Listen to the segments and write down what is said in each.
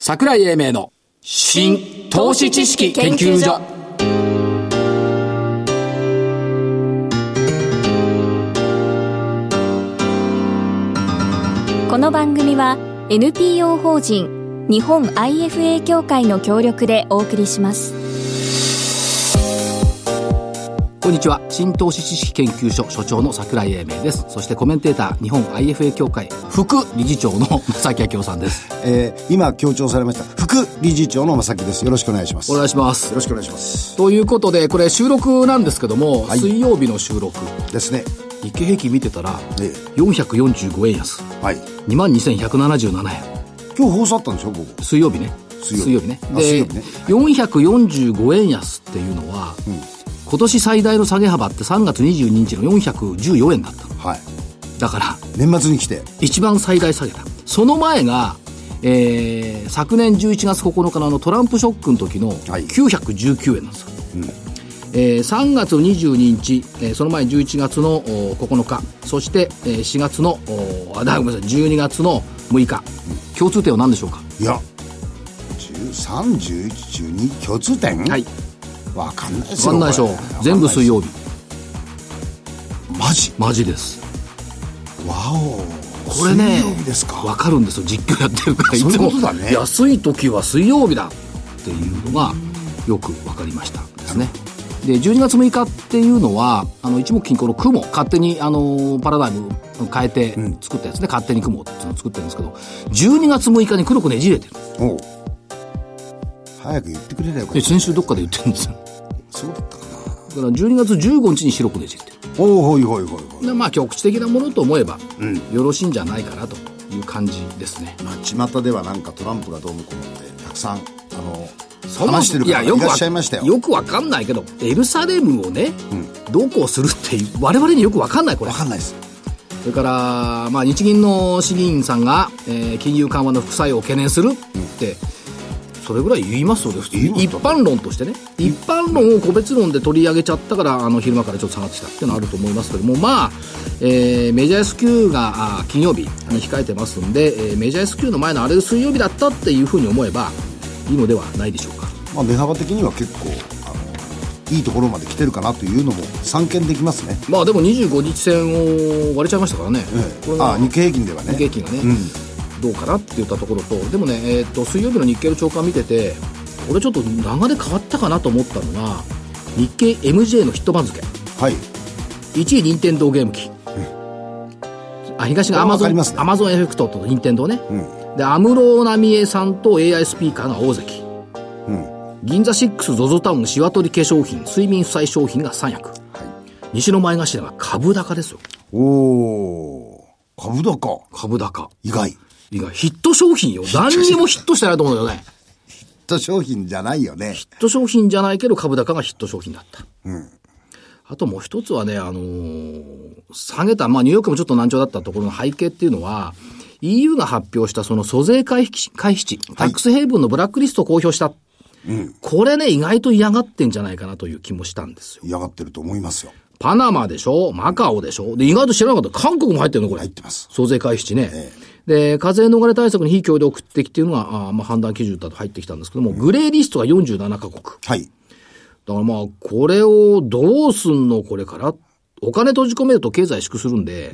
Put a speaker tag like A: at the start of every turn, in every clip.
A: 桜井英明の新投資知識研究所
B: この番組は NPO 法人日本 IFA 協会の協力でお送りします
A: こんにちは新投資知識研究所所長の桜井英明ですそしてコメンテーター日本 IFA 協会副理事長の 正木明夫さんです
C: えー今強調されました副理事長の正木ですよろしくお願いします
A: お
C: よ
A: 願いします
C: ろしくお願いします
A: ということでこれ収録なんですけども、
C: はい
A: 水曜日の収録
C: ですね
A: 日経平均見てたら
C: ええ
A: 445円安
C: はい
A: 2万2177円
C: 今日放送あったんでしょここ
A: 水曜日ね
C: 水曜日
A: ね
C: あ
A: で
C: 水曜日ね
A: 445円安っていうのは、今年最大の下げ幅って3月22日の414円だったの
C: はい
A: だから
C: 年末に来て
A: 一番最大下げたその前が、えー昨年11月9日のあのトランプショックの時の
C: はい
A: 919円なんですよ、えー3月22日、えーその前11月のお9日そして、えー4月のおあだごめんなさい12月の6日、共通点は何でしょうか、
C: いや131112共通点
A: はい
C: わかんないです
A: わか
C: よ
A: んないでしょう
C: これわかんな
A: 全部水曜
C: 日
A: 日
C: マジ
A: マジです
C: わお
A: これね
C: 水曜日です
A: わ
C: か
A: かるんですよ実況やってるから
C: そういうこと
A: つも
C: だね
A: 安い時は水曜日だっていうのがよく分かりましたですねで12月6日っていうのはあの一目金庫の雲勝手にあのパラダイム変えて作ったやつね、勝手に雲っていうのを作ってるんですけど12月6日に黒くねじれてる
C: おう早く言ってくれればよか
A: で
C: った
A: 先週どっかで言ってるんですよ
C: そうだったかな
A: だから12月15日に白くねじれてる
C: おおほいほいほいほい
A: でまあ局地的なものと思えば、
C: ん
A: よろしいんじゃないかなという感じですね
C: まあ巷ではなんかトランプがどうのこうのってたくさんあの
A: そも
C: 話してる方がい
A: やよくわ
C: らっしゃいましたよ
A: よくわかんないけどエルサレムをね、どうこうするっていう我々によくわかんないこれ
C: わかんないです
A: それから、まあ、日銀の市議員さんが、えー金融緩和の副作用を懸念するって、それぐらい言いますよね普通に
C: 言います
A: 一般論としてね一般論を個別論で取り上げちゃったからあの昼間からちょっと下がってきたっていうのはあると思いますけどもまあ、えーメジャー S q があ金曜日に控えてますんで、えーメジャー S q の前のあれが水曜日だったっていうふうに思えばいいのではないでしょうか。
C: まあ、値幅的には結構あのいいところまで来てるかなというのも散見できますね、
A: まあでも25日線を割れちゃいましたからね、これが
C: ああ日経平均ではね
A: 日経平均がね、
C: うん
A: どうかなって言ったところと、でもね、えー、と水曜日の日経の長官見てて、これちょっと流れ変わったかなと思ったのが、日経 MJ のヒット番付、
C: はい
A: 1位、任天堂ゲーム機、あ東がア
C: これ
A: マ
C: わ
A: ゾ
C: か
A: ン、
C: りますね
A: アマゾンエフェクトと任天堂ね、
C: う
A: で安室奈美恵さんと AI スピーカーが大関、
C: うん
A: 銀座6、ZOZO タウン、しわとり化粧品、睡眠負債商品が3役、西の前頭が株高ですよ、
C: おおー株高
A: 株高。
C: 意外
A: いや、ヒット商品よ。何にもヒットしてないと思うんだよね。
C: と商品じゃないよね
A: ヒット商品じゃないけど株高がヒット商品だった。
C: うん
A: あともう一つはね、あのー下げた、まあニューヨークもちょっと難聴だったところの背景っていうのは、EU が発表したその租税回避地回避地、タックスヘイブンのブラックリストを公表した。これね、意外と嫌がってんじゃないかなという気もしたんですよ。
C: 嫌がってると思いますよ
A: パナマでしょマカオでしょで、意外と知らなかった。韓国も入ってるのこれ。
C: 入ってます
A: 増税回避地ね。
C: え
A: で、課税逃れ対策に非協力的っていうのが、あーまあ、判断基準だと入ってきたんですけども、グレーリストが47カ国。
C: はい
A: だからまあ、これをどうすんのこれから。お金閉じ込めると経済縮するんで、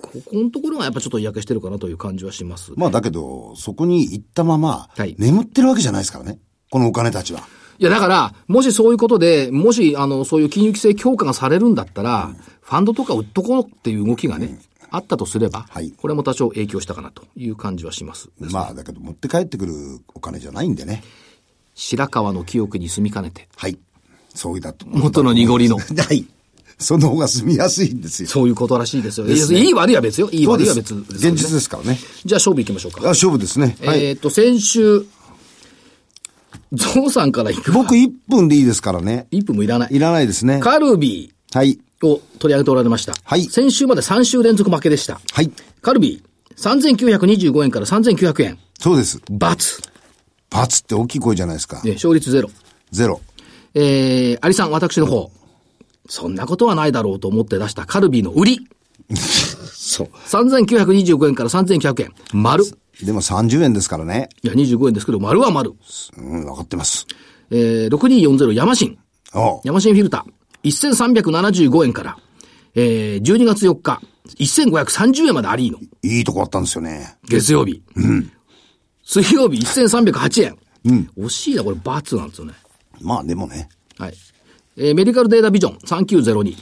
A: ここのところがやっぱちょっと嫌気してるかなという感じはします。
C: まあだけどそこに行ったまま、
A: はい
C: 眠ってるわけじゃないですからねこのお金たちはい
A: や、だから、もしそういうことで、もし、あの、そういう金融規制強化がされるんだったら、ファンドとか売っとこうっていう動きがね、あったとすれば、
C: はい
A: これも多少影響したかなという感じはします。
C: まあだけど持って帰ってくるお金じゃないんでね
A: 白川の記憶に住みかねて、
C: はいそうだと
A: 元の濁 りの
C: はいその方が住みやすいんですよ
A: そういうことらしいですよ。
C: ですね
A: いい悪いは別よ。いい
C: そう
A: 悪
C: で
A: いは
C: す
A: 別です、
C: 現実で。すからね
A: じゃあ勝負いきましょうか。
C: あ勝負ですね。はい。
A: えっ、と、先週、ゾウさんから行く。
C: 僕1分でいいですからね。
A: 1分もいらない。
C: いらないですね。
A: カルビ
C: はい。
A: ーを取り上げておられました。
C: はい
A: 先週まで3週連続負けでした。
C: はい。
A: カルビー、3925円から3900円。
C: そうです。
A: バツ。
C: バツって大きい声じゃないですか。
A: ね勝率ゼロ。
C: ゼロ。
A: えー、アリさん、私の方。そんなことはないだろうと思って出したカルビーの売り。
C: そう。
A: 3925円から3900円。丸。
C: でも30円ですからね。
A: いや、25円ですけど、丸は丸。
C: うん、わかってます。
A: えー、6240ヤマシン。
C: おう
A: ヤマシンフィルター。1375円から、えー、12月4日、1530円までアリーノ。
C: いいとこあったんですよね。
A: 月曜日。水曜日、1308円。惜しいな、これ、バツなんですよね。
C: まあでもね。
A: はい。えーメディカルデータビジョン3902。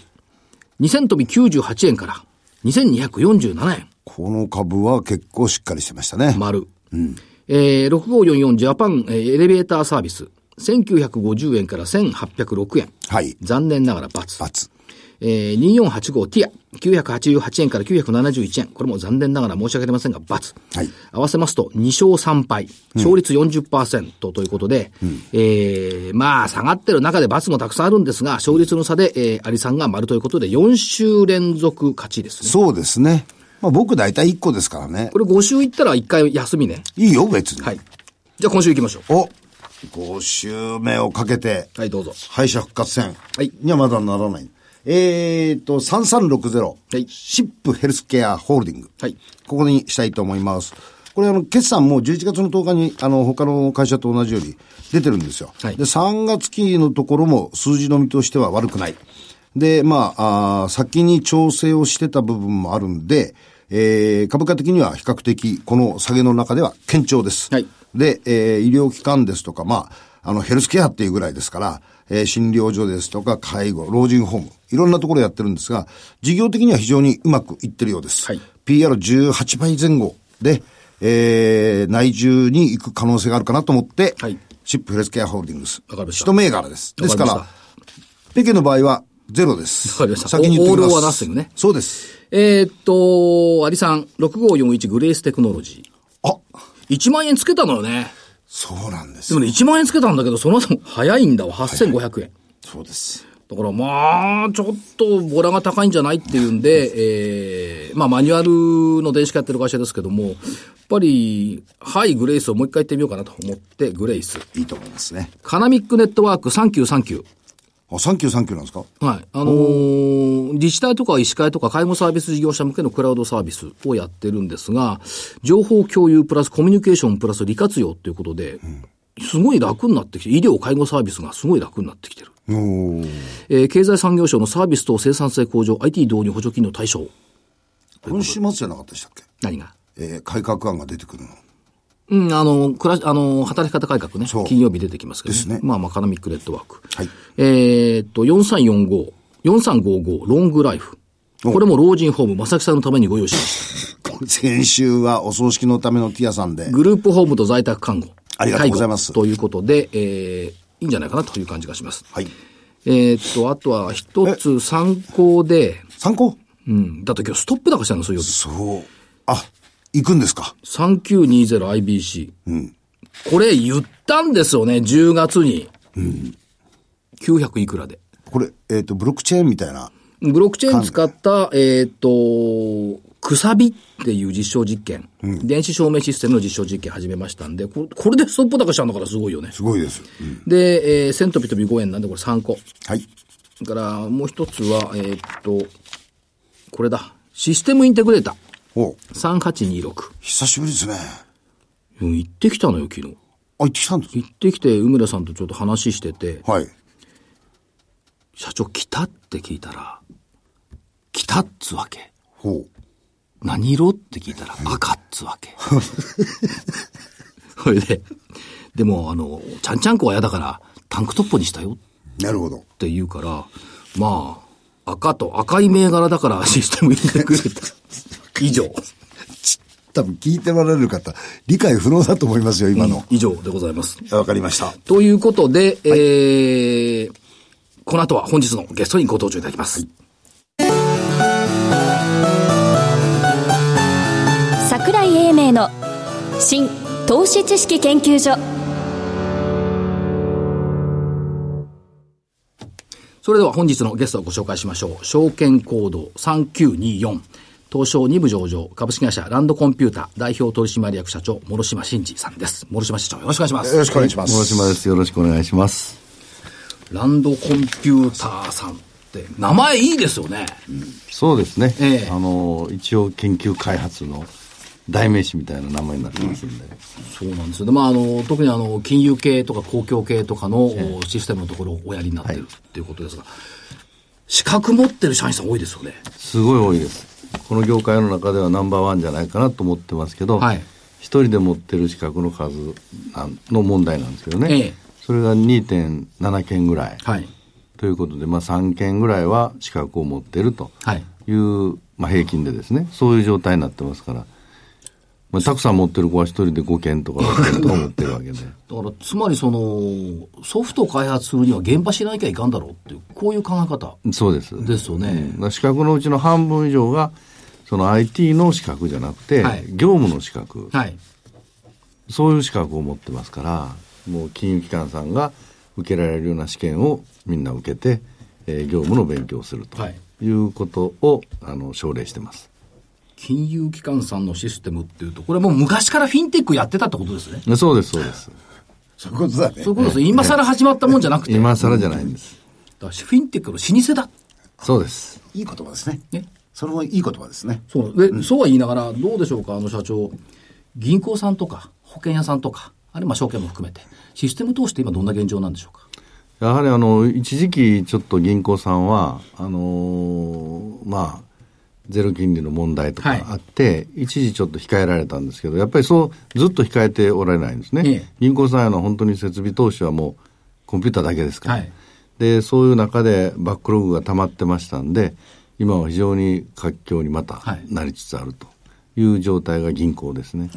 A: 2000飛び98円から、2247円。
C: この株は結構しっかりしてましたね。
A: 丸。えー、6544ジャパン、えーエレベーターサービス。1950円から1806円。
C: はい。
A: 残念ながら×。
C: 罰。
A: えー、2485ティア。988円から971円。これも残念ながら申し訳ありませんが×。
C: はい
A: 合わせますと2勝3敗。勝率40%ということで、えー、まあ下がってる中で×もたくさんあるんですが、勝率の差で、えー、アリさんが丸ということで4週連続勝ちですね。
C: そうですね。まあ僕大体1個ですからね
A: こ。れ5週行ったら1回休みね。
C: いいよ、別に。
A: はい。じゃあ今週行きましょう。
C: お !5 周目をかけて、
A: はい、どうぞ。
C: 敗者復活戦
A: はい
C: にはまだならない。えーと、3360、
A: い
C: シップヘルスケアホールディング。
A: はい
C: ここにしたいと思います。これあの、決算も11月の10日に、あの、他の会社と同じように出てるんですよ。
A: はい
C: で、3月期のところも数字の見としては悪くない。で、まあ、あー先に調整をしてた部分もあるんで、えー、株価的には比較的、この下げの中では堅調です。
A: はい
C: で、えー医療機関ですとか、まあ、あの、ヘルスケアっていうぐらいですから、えー診療所ですとか、介護、老人ホーム、いろんなところやってるんですが、事業的には非常にうまくいってるようです。
A: はい
C: PR18 倍前後で、えー、内需に行く可能性があるかなと思って、
A: はい
C: シップヘルスケアホールディングス。
A: わかりました
C: 一銘柄です。ですか
A: わ
C: ら
A: かりま、
C: ペケの場合はゼロです。
A: わかりました
C: 先に言っておき
A: オ
C: ます。
A: ールオアナッシングね
C: そうです。
A: えーっと、アリさん、6541グレーステクノロジ
C: あ、
A: ー。1万円つけたのよね。
C: そうなんです
A: でも。ね、1万円つけたんだけど、その後、早いんだわ、8500円。
C: そうです。
A: だからまあ、ちょっとボラが高いんじゃないっていうんで、えー、まあマニュアルの電子化やってる会社ですけども、やっぱり、はい、グレイスをもう一回言ってみようかなと思って、グレイス。
C: いいと思いますね。
A: カナミックネットワーク3939。
C: あ、サンキューサンキューなんですか
A: はい。あのー自治体とか医師会とか介護サービス事業者向けのクラウドサービスをやってるんですが、情報共有プラスコミュニケーションプラス利活用ということで、すごい楽になってきて、医療介護サービスがすごい楽になってきてる。
C: おー
A: えー経済産業省のサービス等生産性向上 IT 導入補助金の対象。
C: 今週末じゃなかったでしたっけ
A: 何が
C: えー、改革案が出てくるの。
A: うん、あの、暮らし、あの、働き方改革ね。
C: そう
A: 金曜日出てきますけど、ね。
C: ですね
A: まあ、マカナミックネットワーク。
C: はい
A: えーっと、4345、4355、ロングライフ。
C: お
A: これも老人ホーム、正木さんのためにご用意しまし
C: 先週はお葬式のためのティアさんで
A: た。、グループホームと在宅看護。
C: ありがとうございます
A: 介護ということで、えー、いいんじゃないかなという感じがします。
C: はい。
A: えーっと、あとは一つ参考で、
C: 参考
A: うん、だって今日ストップ高したの、そういう日。
C: そう。あ、行くんですか
A: 3920IBC。これ言ったんですよね、10月に。900いくらで。
C: これ、えっ、と、ブロックチェーンみたいな。
A: ブロックチェーン使った、えっ、と、くさびっていう実証実験、電子証明システムの実証実験始めましたんで、ここれでストップ高したんだからすごいよね。
C: すごいです。うん
A: で、えー、1000飛び飛び5円なんでこれ3個。
C: はい。
A: それから、もう一つは、えっ、と、これだ。システムインテグレータ
C: お
A: ー3826。
C: 久しぶりですね。
A: うん、行ってきたのよ、昨日。
C: あ、行ってきたんです
A: 行ってきて、梅田さんとちょっと話してて、
C: はい。
A: 社長来たって聞いたら、来たっつわけ。
C: ほう。
A: 何色って聞いたら赤っつわけ。 それで、でもあの、ちゃんちゃんこは嫌だからタンクトップにしたよっ
C: なるほど。
A: て言うから、まあ、赤と赤い銘柄だから システム入れてくれた。 以上。
C: 多分聞いておられる方、理解不能だと思いますよ、今の。
A: 以上でございます。
C: わかりました。
A: ということで、えー、この後は本日のゲストにご登場いただきます。
B: 桜井英明の新投資知識研究所
A: それでは本日のゲストをご紹介しましょう。証券コード3924。東証2部上場、株式会社ランドコンピュータ代表取締役社長、諸島真二さんです。諸島社長、よろしくお願いしま
C: よ
A: す。
C: ろしくお願いします。
D: 諸島です。よろしくお願いします。
A: ランドコンピューターさんって、名前いいですよね。
D: そうですね。
A: ええ
D: あの、一応研究開発の代名詞みたいな名前になってますんで。
A: そうなんですよね。まあ、あの、特にあの、金融系とか公共系とかのおシステムのところをおやりになってるっていうことですが、資格持ってる社員さん多いですよね。
D: すごい多いです。この業界の中ではナンバーワンじゃないかなと思ってますけど、
A: はい
D: 一人で持ってる資格の数なんの問題なんですけどね。
A: ええ
D: それが2.7件ぐらい。
A: はい。
D: ということで、まあ、3件ぐらいは資格を持っていると
A: はい
D: いう、まあ、平均でですね、そういう状態になってますから、まあ、たくさん持ってる子は1人で5件とか6件とか持ってるわ けで。
A: だから、つまりその、ソフトを開発するには現場しなきゃいかんだろうっていう、こういう考え方
D: そうです。
A: ですよね。
D: だから資格のうちの半分以上が、その IT の資格じゃなくて、
A: はい
D: 業務の資格、
A: はい。
D: そういう資格を持ってますから、もう金融機関さんが受けられるような試験をみんな受けて、えー業務の勉強をすると
A: はい
D: いうことを、あの奨励してます。
A: 金融機関さんのシステムっていうと、これはもう昔からフィンテックやってたってことですね。
D: でそうです、そうです。
C: そういうことだね
A: そういうことですね。今更始まったもんじゃなくて、だか
D: 今更じゃないんです。
A: らフィンテックの老舗だ。
D: そうです。
C: いい言葉ですね。
A: ね
C: それもいい言葉ですね。
A: そうで、そうは言いながら、どうでしょうか、あの社長、銀行さんとか、保険屋さんとか、あるいは証券も含めて、システム投資って今、どんな現状なんでしょうか。
D: やはりあの、一時期ちょっと銀行さんは、あのーまあ、ゼロ金利の問題と
A: はい
D: かあって、一時ちょっと控えられたんですけど、やっぱりそう、ずっと控えておられないんですね。
A: ええ
D: 銀行さんへの本当に設備投資はもう、コンピューターだけですから。
A: はい
D: で、そういう中でバックログが溜まってましたんで、今は非常に活況にまた
A: はい
D: なりつつあるという状態が銀行ですね。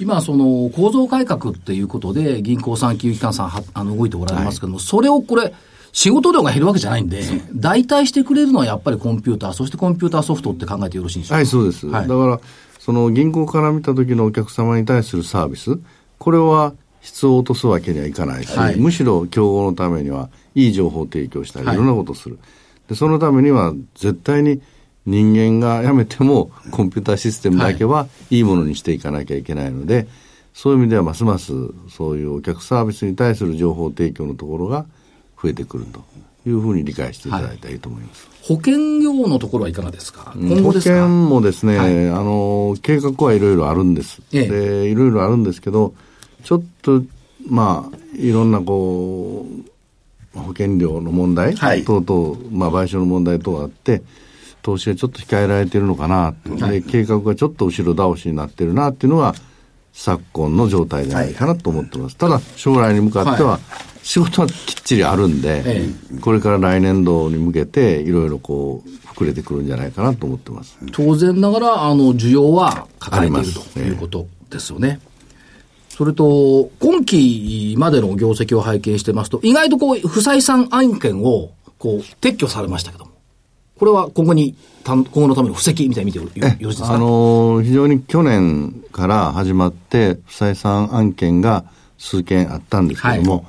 A: 今、その構造改革っていうことで、銀行さん、金融機関さんは、あの動いておられますけども、それをこれ、仕事量が減るわけじゃないんで、代替してくれるのはやっぱりコンピューター、そしてコンピューターソフトって考えてよろしいんでしょうか。
D: はい、そうです。
A: はい
D: だから、その銀行から見た時のお客様に対するサービス、これは質を落とすわけにはいかないし、
A: はい
D: むしろ競合のためにはいい情報を提供したり、
A: はい
D: いろんなことをする。で、そのためには絶対に人間がやめてもコンピューターシステムだけはいいものにしていかなきゃいけないので、そういう意味ではますますそういうお客サービスに対する情報提供のところが増えてくるというふうに理解していただいたらいいと思います。
A: 保険業のところはいかがですか、今後
D: 保
A: です
D: 険
A: か。
D: もですね、
A: はい
D: あの、計画はいろいろあるんです。
A: ええ
D: で、いろいろあるんですけど、ちょっと、まあ、いろんなこう、保険料の問題、
C: はい
D: 等々、まあ、賠償の問題等あって、投資がちょっと控えられているのかなと、で、計画がちょっと後ろ倒しになってるなっていうのが、昨今の状態じゃないかなと思ってます。ただ、将来に向かっては、仕事はきっちりあるんで、
A: え
D: これから来年度に向けて、いろいろこう、膨れてくるんじゃないかなと思ってます。
A: 当然ながら、あの、需要は抱えて
D: あ
A: い
D: り
A: る
D: ます
A: ということですよね。それと、今期までの業績を拝見してますと、意外とこう、不採算案件を、こう、撤去されましたけども。これは今後に、たん今後のための布石みたいに見てよよろし いですか
D: あのー非常に去年から始まって、不採算案件が数件あったんですけども、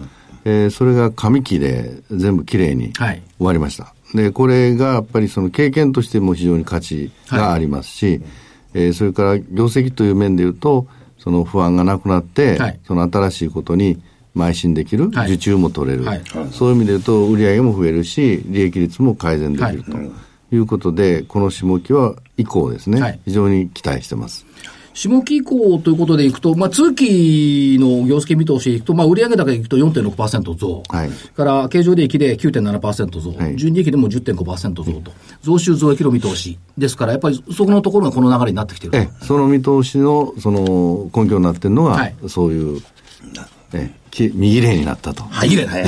D: えーそれが紙機で全部きれいに
A: は
D: 終
A: い
D: わりました。で、これがやっぱりその経験としても非常に価値がありますし、えーそれから業績という面で言うと、その不安がなくなって、
A: はい
D: その新しいことに邁進できる、
A: はい
D: 受注も取れる、
A: はい
D: そういう意味で言うと、売上も増えるし、利益率も改善できるということで、この下期は以降ですね、
A: はい
D: 非常に期待してます。
A: 下期以降ということでいくと、まあ、通期の業績見通しでいくと、まあ、売上高でいくと4.6%増。
D: はい
A: それから、経常利益で9.7%増。
D: はい
A: 純利益でも10.5%増と。増収増益の見通し。ですから、やっぱりそこのところがこの流れになってきてると。
D: ええその見通しのその根拠になっているのが、
A: はい
D: そういう、ええき右例になったと。
A: 歯切れ ない。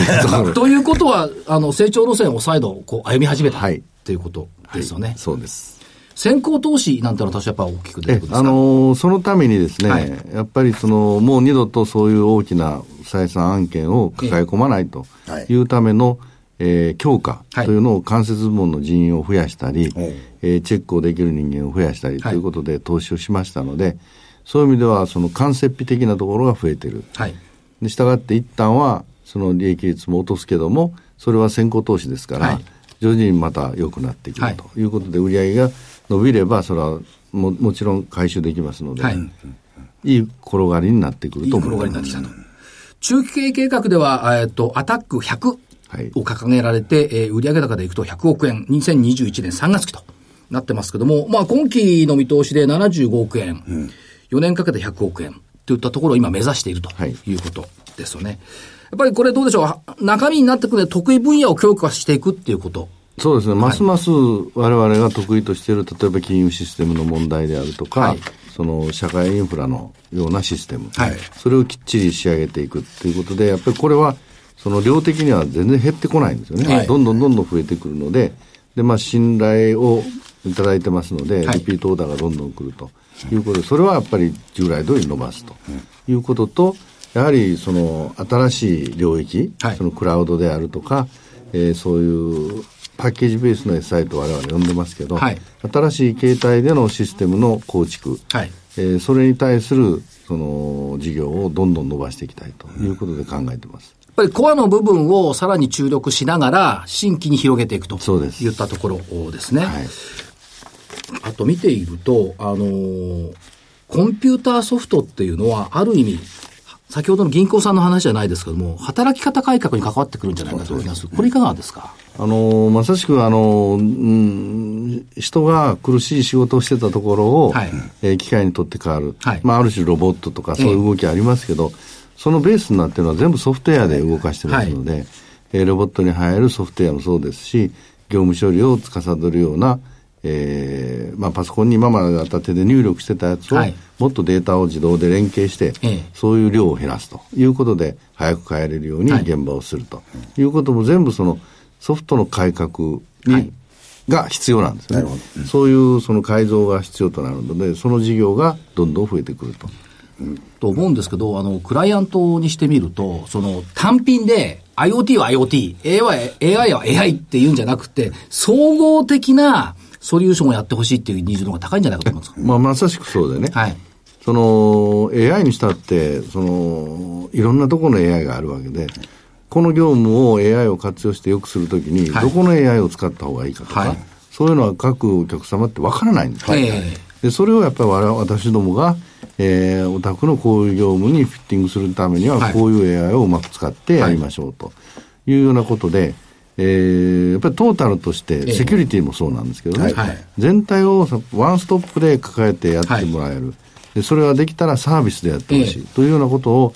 A: ということは、あの、成長路線を再度、こう、歩み始めた。
D: はい
A: ということですよね。
D: そうです。
A: 先行投資なんてのは私はやっぱ大きく出て
D: え
A: くるんですか
D: あのーそのためにですね、
A: はい
D: やっぱりそのもう二度とそういう大きな採算案件を抱え込まないと
C: はい
D: いうための、えー強化
A: はい
D: というのを関節部門の人員を増やしたり、
C: おう
D: えーチェックをできる人間を増やしたりと
A: はい
D: いうことで投資をしましたので、そういう意味ではその間接費的なところが増えている。
A: はい。
D: で、従って一旦は、その利益率も落とすけども、それは先行投資ですから、
A: はい
D: 徐々にまた良くなっていく
A: はい
D: ということで、売上が伸びれば、それはももちろん回収できますので、
A: はい
D: い、い転がりになってくる
A: いい
D: と思
A: 転
D: い
A: が
D: ま
A: り
D: す。
A: になってきたと。中期経営計画では、えっと、アタック100
D: はい
A: を掲げられて、えー売上高でいくと100億円、2021年3月期となってますけども、まあ今期の見通しで75億円、4年かけて100億円といったところを今目指していると
D: はい
A: いうことですよね。やっぱりこれどうでしょうは中身になってくるので得意分野を強化していくっていうこと。
D: そうですね、ますます我々が得意としている、例えば金融システムの問題であるとか、
A: はい
D: その社会インフラのようなシステム、
A: はい
D: それをきっちり仕上げていくっていうことで、やっぱりこれは、その量的には全然減ってこないんですよね、
A: はい
D: どんどんどんどん増えてくるので、でまあ、信頼をいただいてますので、
A: はい
D: リピートオーダーがどんどん来るということで、それはやっぱり従来通り伸ばすということと、やはりその新しい領域、
A: はい
D: そのクラウドであるとか、えーそういうパッケージベースの SI と我々呼んでますけど、
A: はい
D: 新しい形態でのシステムの構築、
A: はい
D: えーそれに対するその事業をどんどん伸ばしていきたいということで考えてます。
A: やっぱりコアの部分をさらに注力しながら、新規に広げていくと
D: そうです
A: いったところですね。
D: はい
A: あと見ていると、あのーコンピューターソフトっていうのは、ある意味、先ほどの銀行さんの話じゃないですけども、働き方改革に関わってくるんじゃないかと思います。これいかがですか
D: あのまさしくあの、うん、人が苦しい仕事をしてたところを、
A: はい
D: えー機械にとって変わる、
A: はい
D: まあ、ある種ロボットとかそうい
A: ええ
D: う動きありますけど、そのベースになっているのは全部ソフトウェアで動かしてますので、えーロボットに入るソフトウェアもそうですし業務処理を司るような、えーまあ、パソコンに今まであった手で入力してたやつを、
A: はい
D: もっとデータを自動で連携して、
A: ええ
D: そういう量を減らすということで、早く帰れるように
A: はい
D: 現場をするということも全部そのソフトの改革に、
A: はい
D: が必要なんですね。そういうその改造が必要となるので、その事業がどんどん増えてくると。
A: と思うんですけど、あの、クライアントにしてみると、その、単品で、IoT は IoT、AI は AI は AI っていうんじゃなくて、総合的なソリューションをやってほしいっていうニーズの方が高いんじゃないかと思うんです
D: まあ、まさしくそうでね。
A: はい
D: その AI にしたってそのいろんなところの AI があるわけでこの業務を AI を活用してよくするときに、
A: はい
D: どこの AI を使った方がいいかとか、
A: はい
D: そういうのは各お客様ってわからないんです、
A: はい
D: でそれをやっぱり我々私どもが、えーお宅のこういう業務にフィッティングするために
A: は
D: はいこういう AI をうまく使ってやりましょうというようなことで、えーやっぱりトータルとしてセキュリティもそうなんですけどね、
A: はい
D: 全体をさワンストップで抱えてやってもらえる、でそれができたらサービスでやってほしい、
A: ええ
D: というようなことを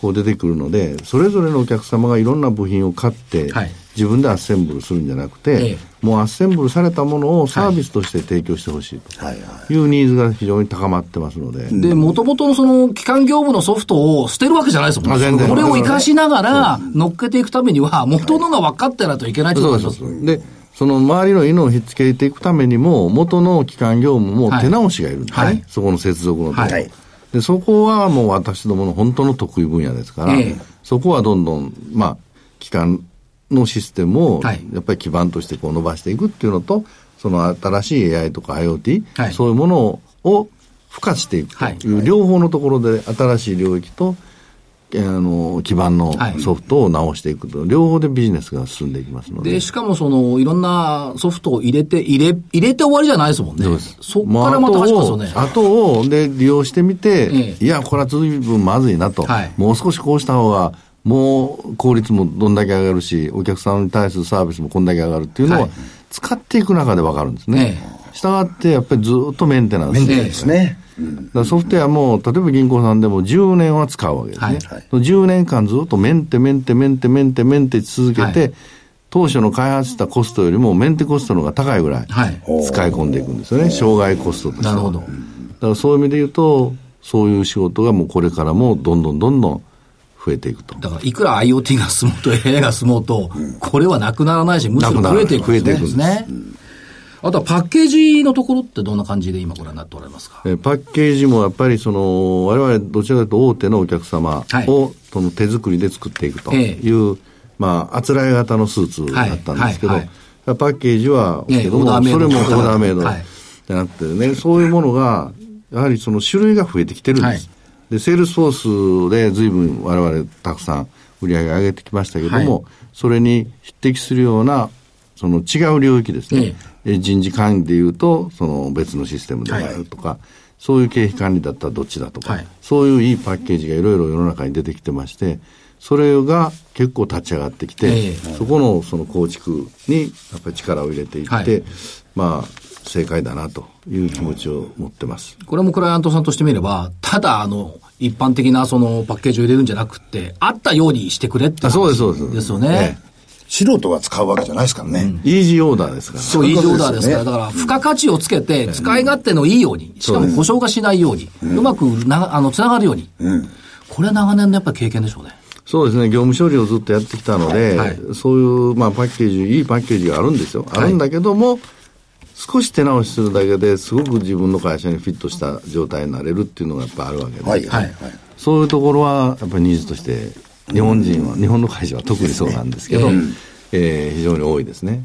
D: こう出てくるのでそれぞれのお客様がいろんな部品を買って、
A: はい
D: 自分でアッセンブルするんじゃなくて、
A: ええ
D: もうアッセンブルされたものをサービスとして提供してほしいと
C: はいは
D: いうニーズが非常に高まってますので、
A: で、元々のその、機関業務のソフトを捨てるわけじゃないですもん
D: あ全然
A: これを活かしながら、乗っけていくためには、元のが分かってないといけないという
D: そ
A: こ
D: う
A: と
D: で
A: です
D: す。で、その周りの犬を引っ付けていくためにも、元の基幹業務も手直しがいるんですね。
A: はい
D: そこの接続のところ、
A: はい
D: で、そこはもう私どもの本当の得意分野ですから、
A: ええ
D: そこはどんどん、まあ、基幹のシステムを、
A: はい
D: やっぱり基盤としてこう伸ばしていくっていうのと、その新しい AI とか IoT、
A: はい
D: そういうものを付加していく
A: はい
D: という、両方のところで新しい領域と、えーあの基盤の
A: はい
D: ソフトを直していくと、両方でビジネスが進んでいきますので。
A: で、しかもその、いろんなソフトを入れて、入れ、入れて終わりじゃないですもんね。
D: そうです。
A: そっからまた走りますよね。
D: あとを、で、利用してみて、
A: ええ
D: いや、これは随分まずいなと、
A: はい
D: もう少しこうした方が、もう効率もどんだけ上がるし、お客さんに対するサービスもこんだけ上がるっていうの
A: は
D: を
A: い
D: 使っていく中でわかるんですね。したがって、やっぱりずっとメンテナンス。
A: メンテナンス
C: ですね。
D: だからソフトウェアも、例えば銀行さんでも10年は使うわけですね。
A: はい
C: はい
D: その10年間ずっとメンテメンテメンテメンテメンテ続けて、
A: はい
D: 当初の開発したコストよりもメンテコストの方が高いぐらい
A: はい
D: 使い込んでいくんですよね。障害コストとしては
A: なるほど
D: だからそういう意味で言うと、そういう仕事がもうこれからもどんどんどんどん増えていくと。
A: だから、いくら IoT が進もうと AI が進もうと、これはなくならないし、むしろ
D: なくな
A: 増
D: らない
A: えていくん
D: 増え
A: で
D: ていくんです
A: すね。あとはパッケージのところってどんな感じで今ご覧になっておられますか
D: えーパッケージもやっぱりその我々どちらかというと大手のお客様を、
A: は
D: その手作りで作っていくと
A: ええ
D: いう、まああつらい型のスーツだったんですけど、
A: はいはい
D: パッケージは、
A: ええ
D: けども
A: オーダーメイ
D: そ
A: ド
D: れもオ
A: の
D: ーダーメイド
A: はい
D: じゃなくてね、そういうものがやはりその種類が増えてきてるんです。
A: はい
D: でセールスフォースで随分我々たくさん売り上げ上げてきましたけども、
A: はい
D: それに匹敵するようなその違う領域ですね、
A: ええ
D: えー人事管理でいうと、その別のシステムであるとか、そういう経費管理だったらどっちだとか、
A: はい
D: そういういいパッケージがいろいろ世の中に出てきてまして、それが結構立ち上がってきて、
A: ええ
D: そこのその構築にやっぱり力を入れていって、
A: はい
D: まあ、正解だなという気持ちを持ってます。
A: これもクライアントさんとしてみれば、ただ、あの、一般的なそのパッケージを入れるんじゃなくて、あったようにしてくれって
D: あそうです
A: 話
D: そうです
A: ですよね
D: え。
C: 素人が使うわけじゃないですからね。
D: イージーオーダーですから。
A: そう、いい
C: そうい
A: オ
C: う
A: ー
C: こ
A: ダー
C: と
A: で
C: ですすよね
A: から、だから、付加価値をつけて、使い勝手のいいように、しかも故障がしないように、うまくな、あの、つながるように。これは長年のやっぱり経験でしょうね。
D: そうですね、業務処理をずっとやってきたので、
A: はい
D: そういう、まあ、パッケージ、いいパッケージがあるんですよ。あるんだけども、少し手直しするだけですごく自分の会社にフィットした状態になれるっていうのがやっぱあるわけで、
C: はい、は
A: はい
C: い、はい。
D: そういうところはやっぱりニーズとして、日本人は、日本の会社は特にそうなんですけど、えー非常に多いですね。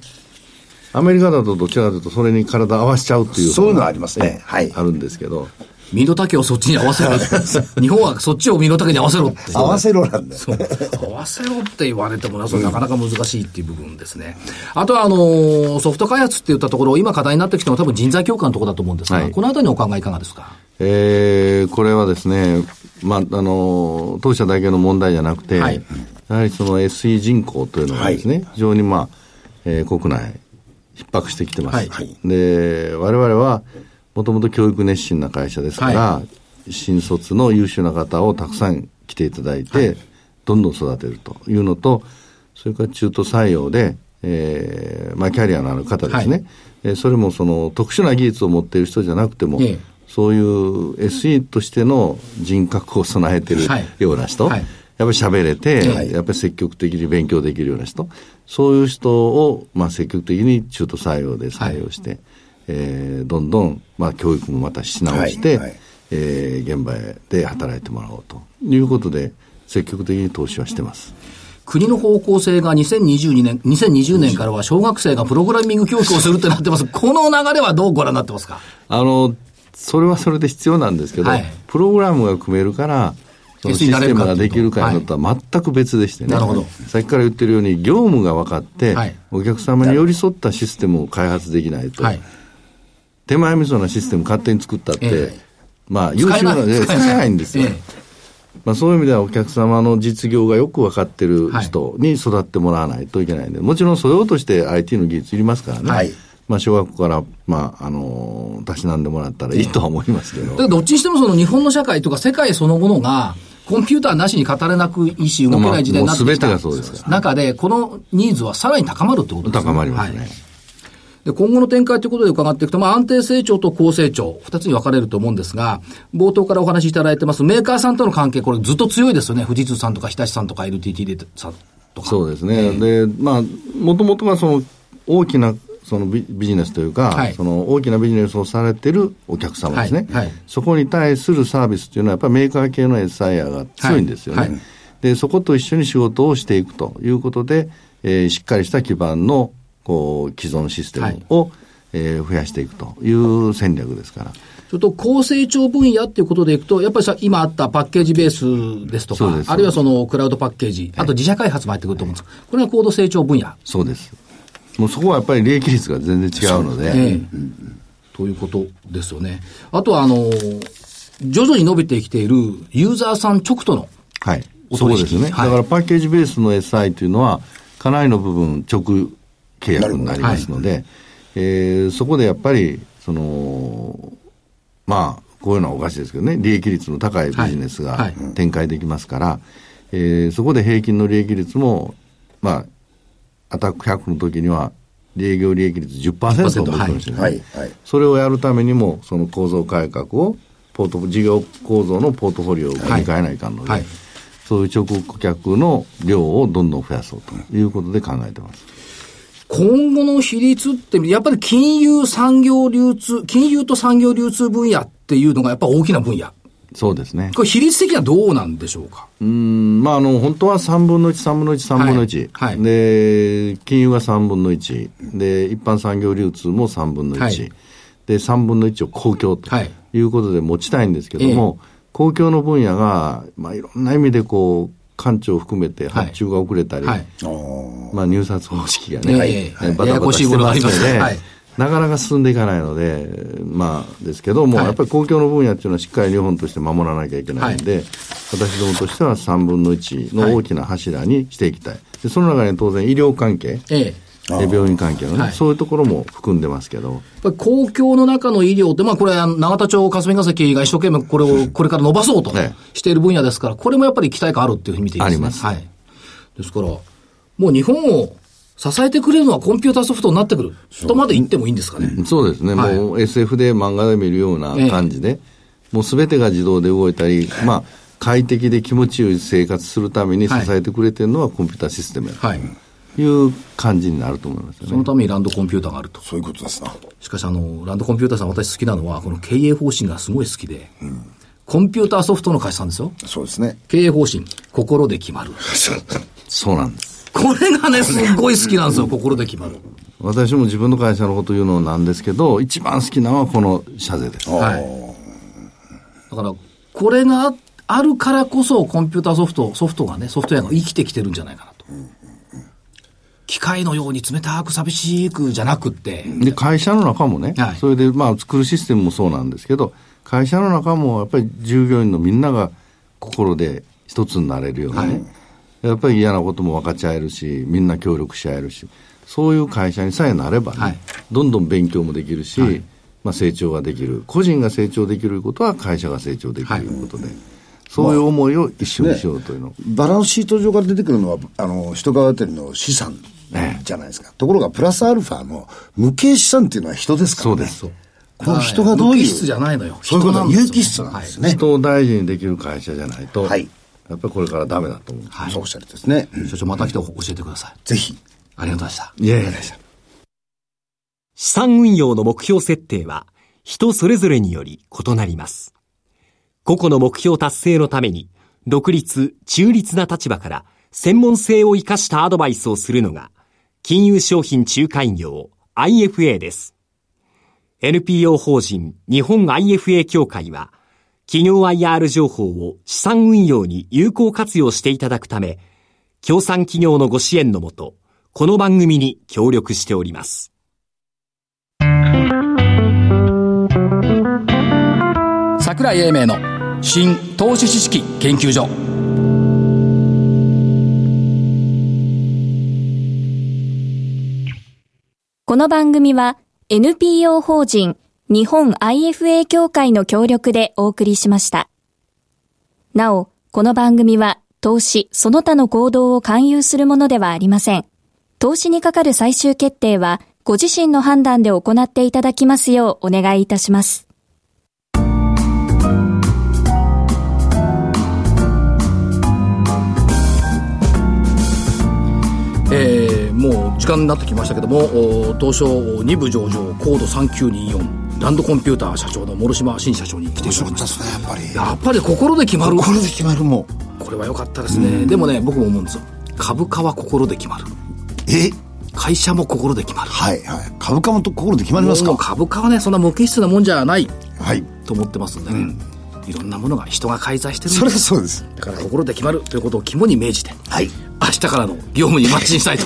D: アメリカだとどちらかというと、それに体合わせちゃうっていう方が、
C: そういうのはありますねはい
D: あるんですけど、
A: 身の丈をそっちに合わせろ。日本はそっちを身の丈に合わせろって。
C: 合わせろなんだよ。
A: 合わせろって言われてもな、それなかなか難しいっていう部分ですね。あとは、あのーソフト開発って言ったところ、今課題になってきても多分人材強化のところだと思うんですが、
D: はい
A: このあたりのお考えいかがですか
D: えーこれはですね、まあ、あの、当社だけの問題じゃなくて、
A: はい
D: やはりその SE 人口というのがですね、非常にまあ、えー国内、逼迫してきてます。
A: はい
C: はい
D: で、我々は、もともと教育熱心な会社ですから、
A: は
D: 新卒の優秀な方をたくさん来ていただいて、どんどん育てるというのと、それから中途採用で、えーまあ、キャリアのある方ですね、
A: はい
D: えーそれもその特殊な技術を持っている人じゃなくても、
A: ええ
D: そういう SE としての人格を備えてる
A: はい
D: ような人、
A: はい
D: やっぱり喋れて、
A: はい
D: やっぱり積極的に勉強できるような人、そういう人を、まあ、積極的に中途採用で採用して、えーどんどん、まあ、教育もまたし直して、
C: はいはい
D: えー現場で働いてもらおうということで、積極的に投資はしてます。
A: 国の方向性が2022年、2020年からは小学生がプログラミング教育をするってなって ます。この流れはどうご覧になってますか
D: あの、それはそれで必要なんですけど、
A: はい
D: プログラムが組めるから、そのシステムができるかによっては全く別でしてね、
A: なるほど
D: さっきから言ってるように、業務が分かって、
A: はい
D: お客様に寄り添ったシステムを開発できないと、
A: はい。
D: 手前味噌なシステム勝手に作ったって、
A: ええ
D: まあ優秀なので使えないんですよ、
A: ええ
D: まあ、そういう意味ではお客様の実業がよく分かってる人に育ってもらわないといけないんで、もちろん素養として IT の技術いりますからね、
C: はい
D: まあ、小学校から、まああのーたしなんでもらったらいいとは思いますけど、
A: だけど、どっちにしてもその日本の社会とか世界そのものが、コンピューターなしに語れなくいいし、動けない時代になって
D: まあもう
A: き
D: 全て
A: た
D: がそうですから
A: 中で、このニーズはさらに高まるってことですね。
D: 高まりますね、
A: はいで、今後の展開ということで伺っていくと、まあ、安定成長と高成長、二つに分かれると思うんですが、冒頭からお話しいただいてます、メーカーさんとの関係、これずっと強いですよね。富士通さんとか、日立さんとか、LTT でさんとか。
D: そうですね、でまあもともとはその大きなそのビビジネスというか、
A: はい
D: その大きなビジネスをされてるお客様ですね、
A: はいはい
D: そこに対するサービスというのはやっぱりメーカー系の SIR が強いんですよね、
A: はいはい
D: でそこと一緒に仕事をしていくということで、えーしっかりした基盤のこう既存システムを、えー増やしていくという戦略ですから
A: それと高成長分野っていうことでいくと、やっぱりさ、今あったパッケージベースですと
D: そう
A: か
D: で、す
A: あるいはそのクラウドパッケージ、あと自社開発も入ってくると思うんですが、これが高度成長分野。
D: そうですもうそこはやっぱり利益率が全然違うので
A: ええということですよね。あとは、あの、徐々に伸びてきているユーザーさん直との、
D: はい、
A: お
D: そ
A: 取
D: こ
A: 引
D: ですね、
A: はい
D: だからパッケージベースの SI というのは、かなりの部分、直契約になりますので、えーそこでやっぱりその、まあ、こういうのはおかしいですけどね、利益率の高いビジネス
A: は
D: が
A: いは
D: 展開できますから、えーそこで平均の利益率も、まあ、アタック100の時には、営業利益率10%を持ってましたね、
C: はい、はい。
D: それをやるためにも、その構造改革を、ポートフォ事業構造のポートフォリオを組み替えないかんので、
A: はいはい
D: そういう直顧客の量をどんどん増やそうということで考えてます。
A: 今後の比率って、やっぱり金融産業流通、金融と産業流通分野っていうのがやっぱ大きな分野。
D: そうですね。
A: これ比率的にはどうなんでしょうか
D: うん、まあ、あの、本当は3分の1、3分の1、3分の1。
A: はいはい
D: で、金融が3分の1。で、一般産業流通も3分の1。
A: はい
D: で、3分の1を公共と
A: はい
D: いうことで持ちたいんですけども、公共の分野が、まあ、いろんな意味でこう、官庁を含めて発注が遅れたり、
A: はい。
C: あー
D: まあ、入札方式が
A: ええ
D: ね、
A: ええ
D: バ
A: やや
D: タバタして
A: こしいものがあ
D: ま
A: りますす
D: の
A: ね
D: で、
A: はい
D: なかなか進んでいかないので、まあ、ですけども、
A: はい
D: やっぱり公共の分野っていうのはしっかり日本として守らなきゃいけないんで、私どもとしては3分の1の大きな柱にしていきたい。でその中に当然医療関係、
A: ええ。
D: で病院関係のね、
A: はい
D: そういうところも含んでますけど、
A: やっぱり公共の中の医療って、まあこれ、あの永田町霞が関が一生懸命これ を、これから伸ばそうと
D: ええ
A: している分野ですから、これもやっぱり期待感あるっていうふうに見ていいですね。
D: あります
A: はい。ですから、もう日本を支えてくれるのはコンピューターソフトになってくる。とまで言ってもいいんですかね。
D: そうですね、
A: はい
D: もう SF で漫画で見るような感じで、もうすべてが自動で動いたり、まあ、快適で気持ちよい生活するために支えてくれてるのはコンピューターシステムや
A: はい。
D: という感じになると思いますよ
A: その
D: ね。
A: ためにランドコンピューターがあると。
C: そういうことですな。
A: しかしあの、ランドコンピューターさん私好きなのは、この経営方針がすごい好きで、コンピューターソフトの会社さんですよ。
C: そうですね。
A: 経営方針、心で決まる。
D: そうなんです。
A: これがね、すっごい好きなんですよ、心で決まる。
D: 私も自分の会社のこと言うのなんですけど、一番好きなのはこの社税です。
A: はい。だから、これがああるからこそ、コンピューターソフト、ソフトがね、ソフトウェアが生きてきてるんじゃないかなと。機械のように冷たく寂しくじゃなくって、
D: で、会社の中もね、
A: はい
D: それで、まあ、作るシステムもそうなんですけど、会社の中もやっぱり従業員のみんなが心で一つになれるようなね、やっぱり嫌なことも分かち合えるし、みんな協力し合えるし、そういう会社にさえなればね、
A: はい
D: どんどん勉強もできるし、まあ、成長ができる。個人が成長できることは会社が成長できるということで、そういう思いを一緒にしようというの。
C: バランスシート上から出てくるのは、あの、人川あたりの資産じゃないですか。ところが、プラスアルファの無形資産っていうのは人ですから、ね。
D: そうで。す。
C: この人がどういう。
A: 有機質じゃないのよ
C: そういうこと、
A: 人なんですよ
C: 有機質なんですね。
D: 人を大事にできる会社じゃないと、
C: はい
D: やっぱりこれからダメだと思う。
A: はい
C: そうおっしゃるとですね。うん
A: 所長また来て教えてください。
C: ぜひ。
A: ありがとうございました。
D: いやいや
E: 資産運用の目標設定は人それぞれにより異なります。個々の目標達成のために独立、中立な立場から専門性を生かしたアドバイスをするのが金融商品仲介業 IFA です。NPO 法人日本 IFA 協会は企業 IR 情報を資産運用に有効活用していただくため、協賛企業のご支援のもと、この番組に協力しております。
A: 桜井英明の新投資知識研究所。
B: この番組は NPO 法人日本 IFA 協会の協力でお送りしました。なお、この番組は投資、その他の行動を勧誘するものではありません。投資にかかる最終決定はご自身の判断で行っていただきますようお願いいたします。
A: えーもう時間になってきましたけどもお東証2部上場高度3924ランドコンピューター社長の諸島新社長に来ていただきました
C: ね、やっぱり
A: やっぱり心で決まる
C: これで決まるもん。
A: これは良かったですねでもね僕も思うんですよ株価は心で決まる
C: え
A: 会社も心で決まる
C: はいはい。株価もと心で決まります
A: も
C: か
A: う株価はねそんな無機質なもんじゃない
C: はい。
A: と思ってますんでね、いろんなものが人が介在してるん
C: そ
A: で
C: れ
A: す
C: はそうです。
A: だから心で決まるということを肝に銘じて
C: はい。
A: 明日からの業務に邁進 したいと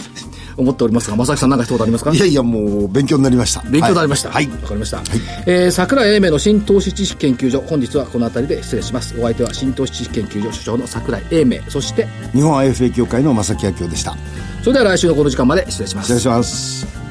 A: 思っておりますが正木さん何か一言ありますか
C: いやいや、もう勉強になりました。
A: 勉強になりました。
C: はい。
A: わ
C: はい
A: かりました。えー桜井英明の新投資知識研究所、本日はこの辺りで失礼します。お相手は新投資知識研究所所長の桜井英明、そして、
C: 日本 IFA 協会の正木明夫でした。
A: それでは来週のこの時間まで失礼します
C: 失礼。します。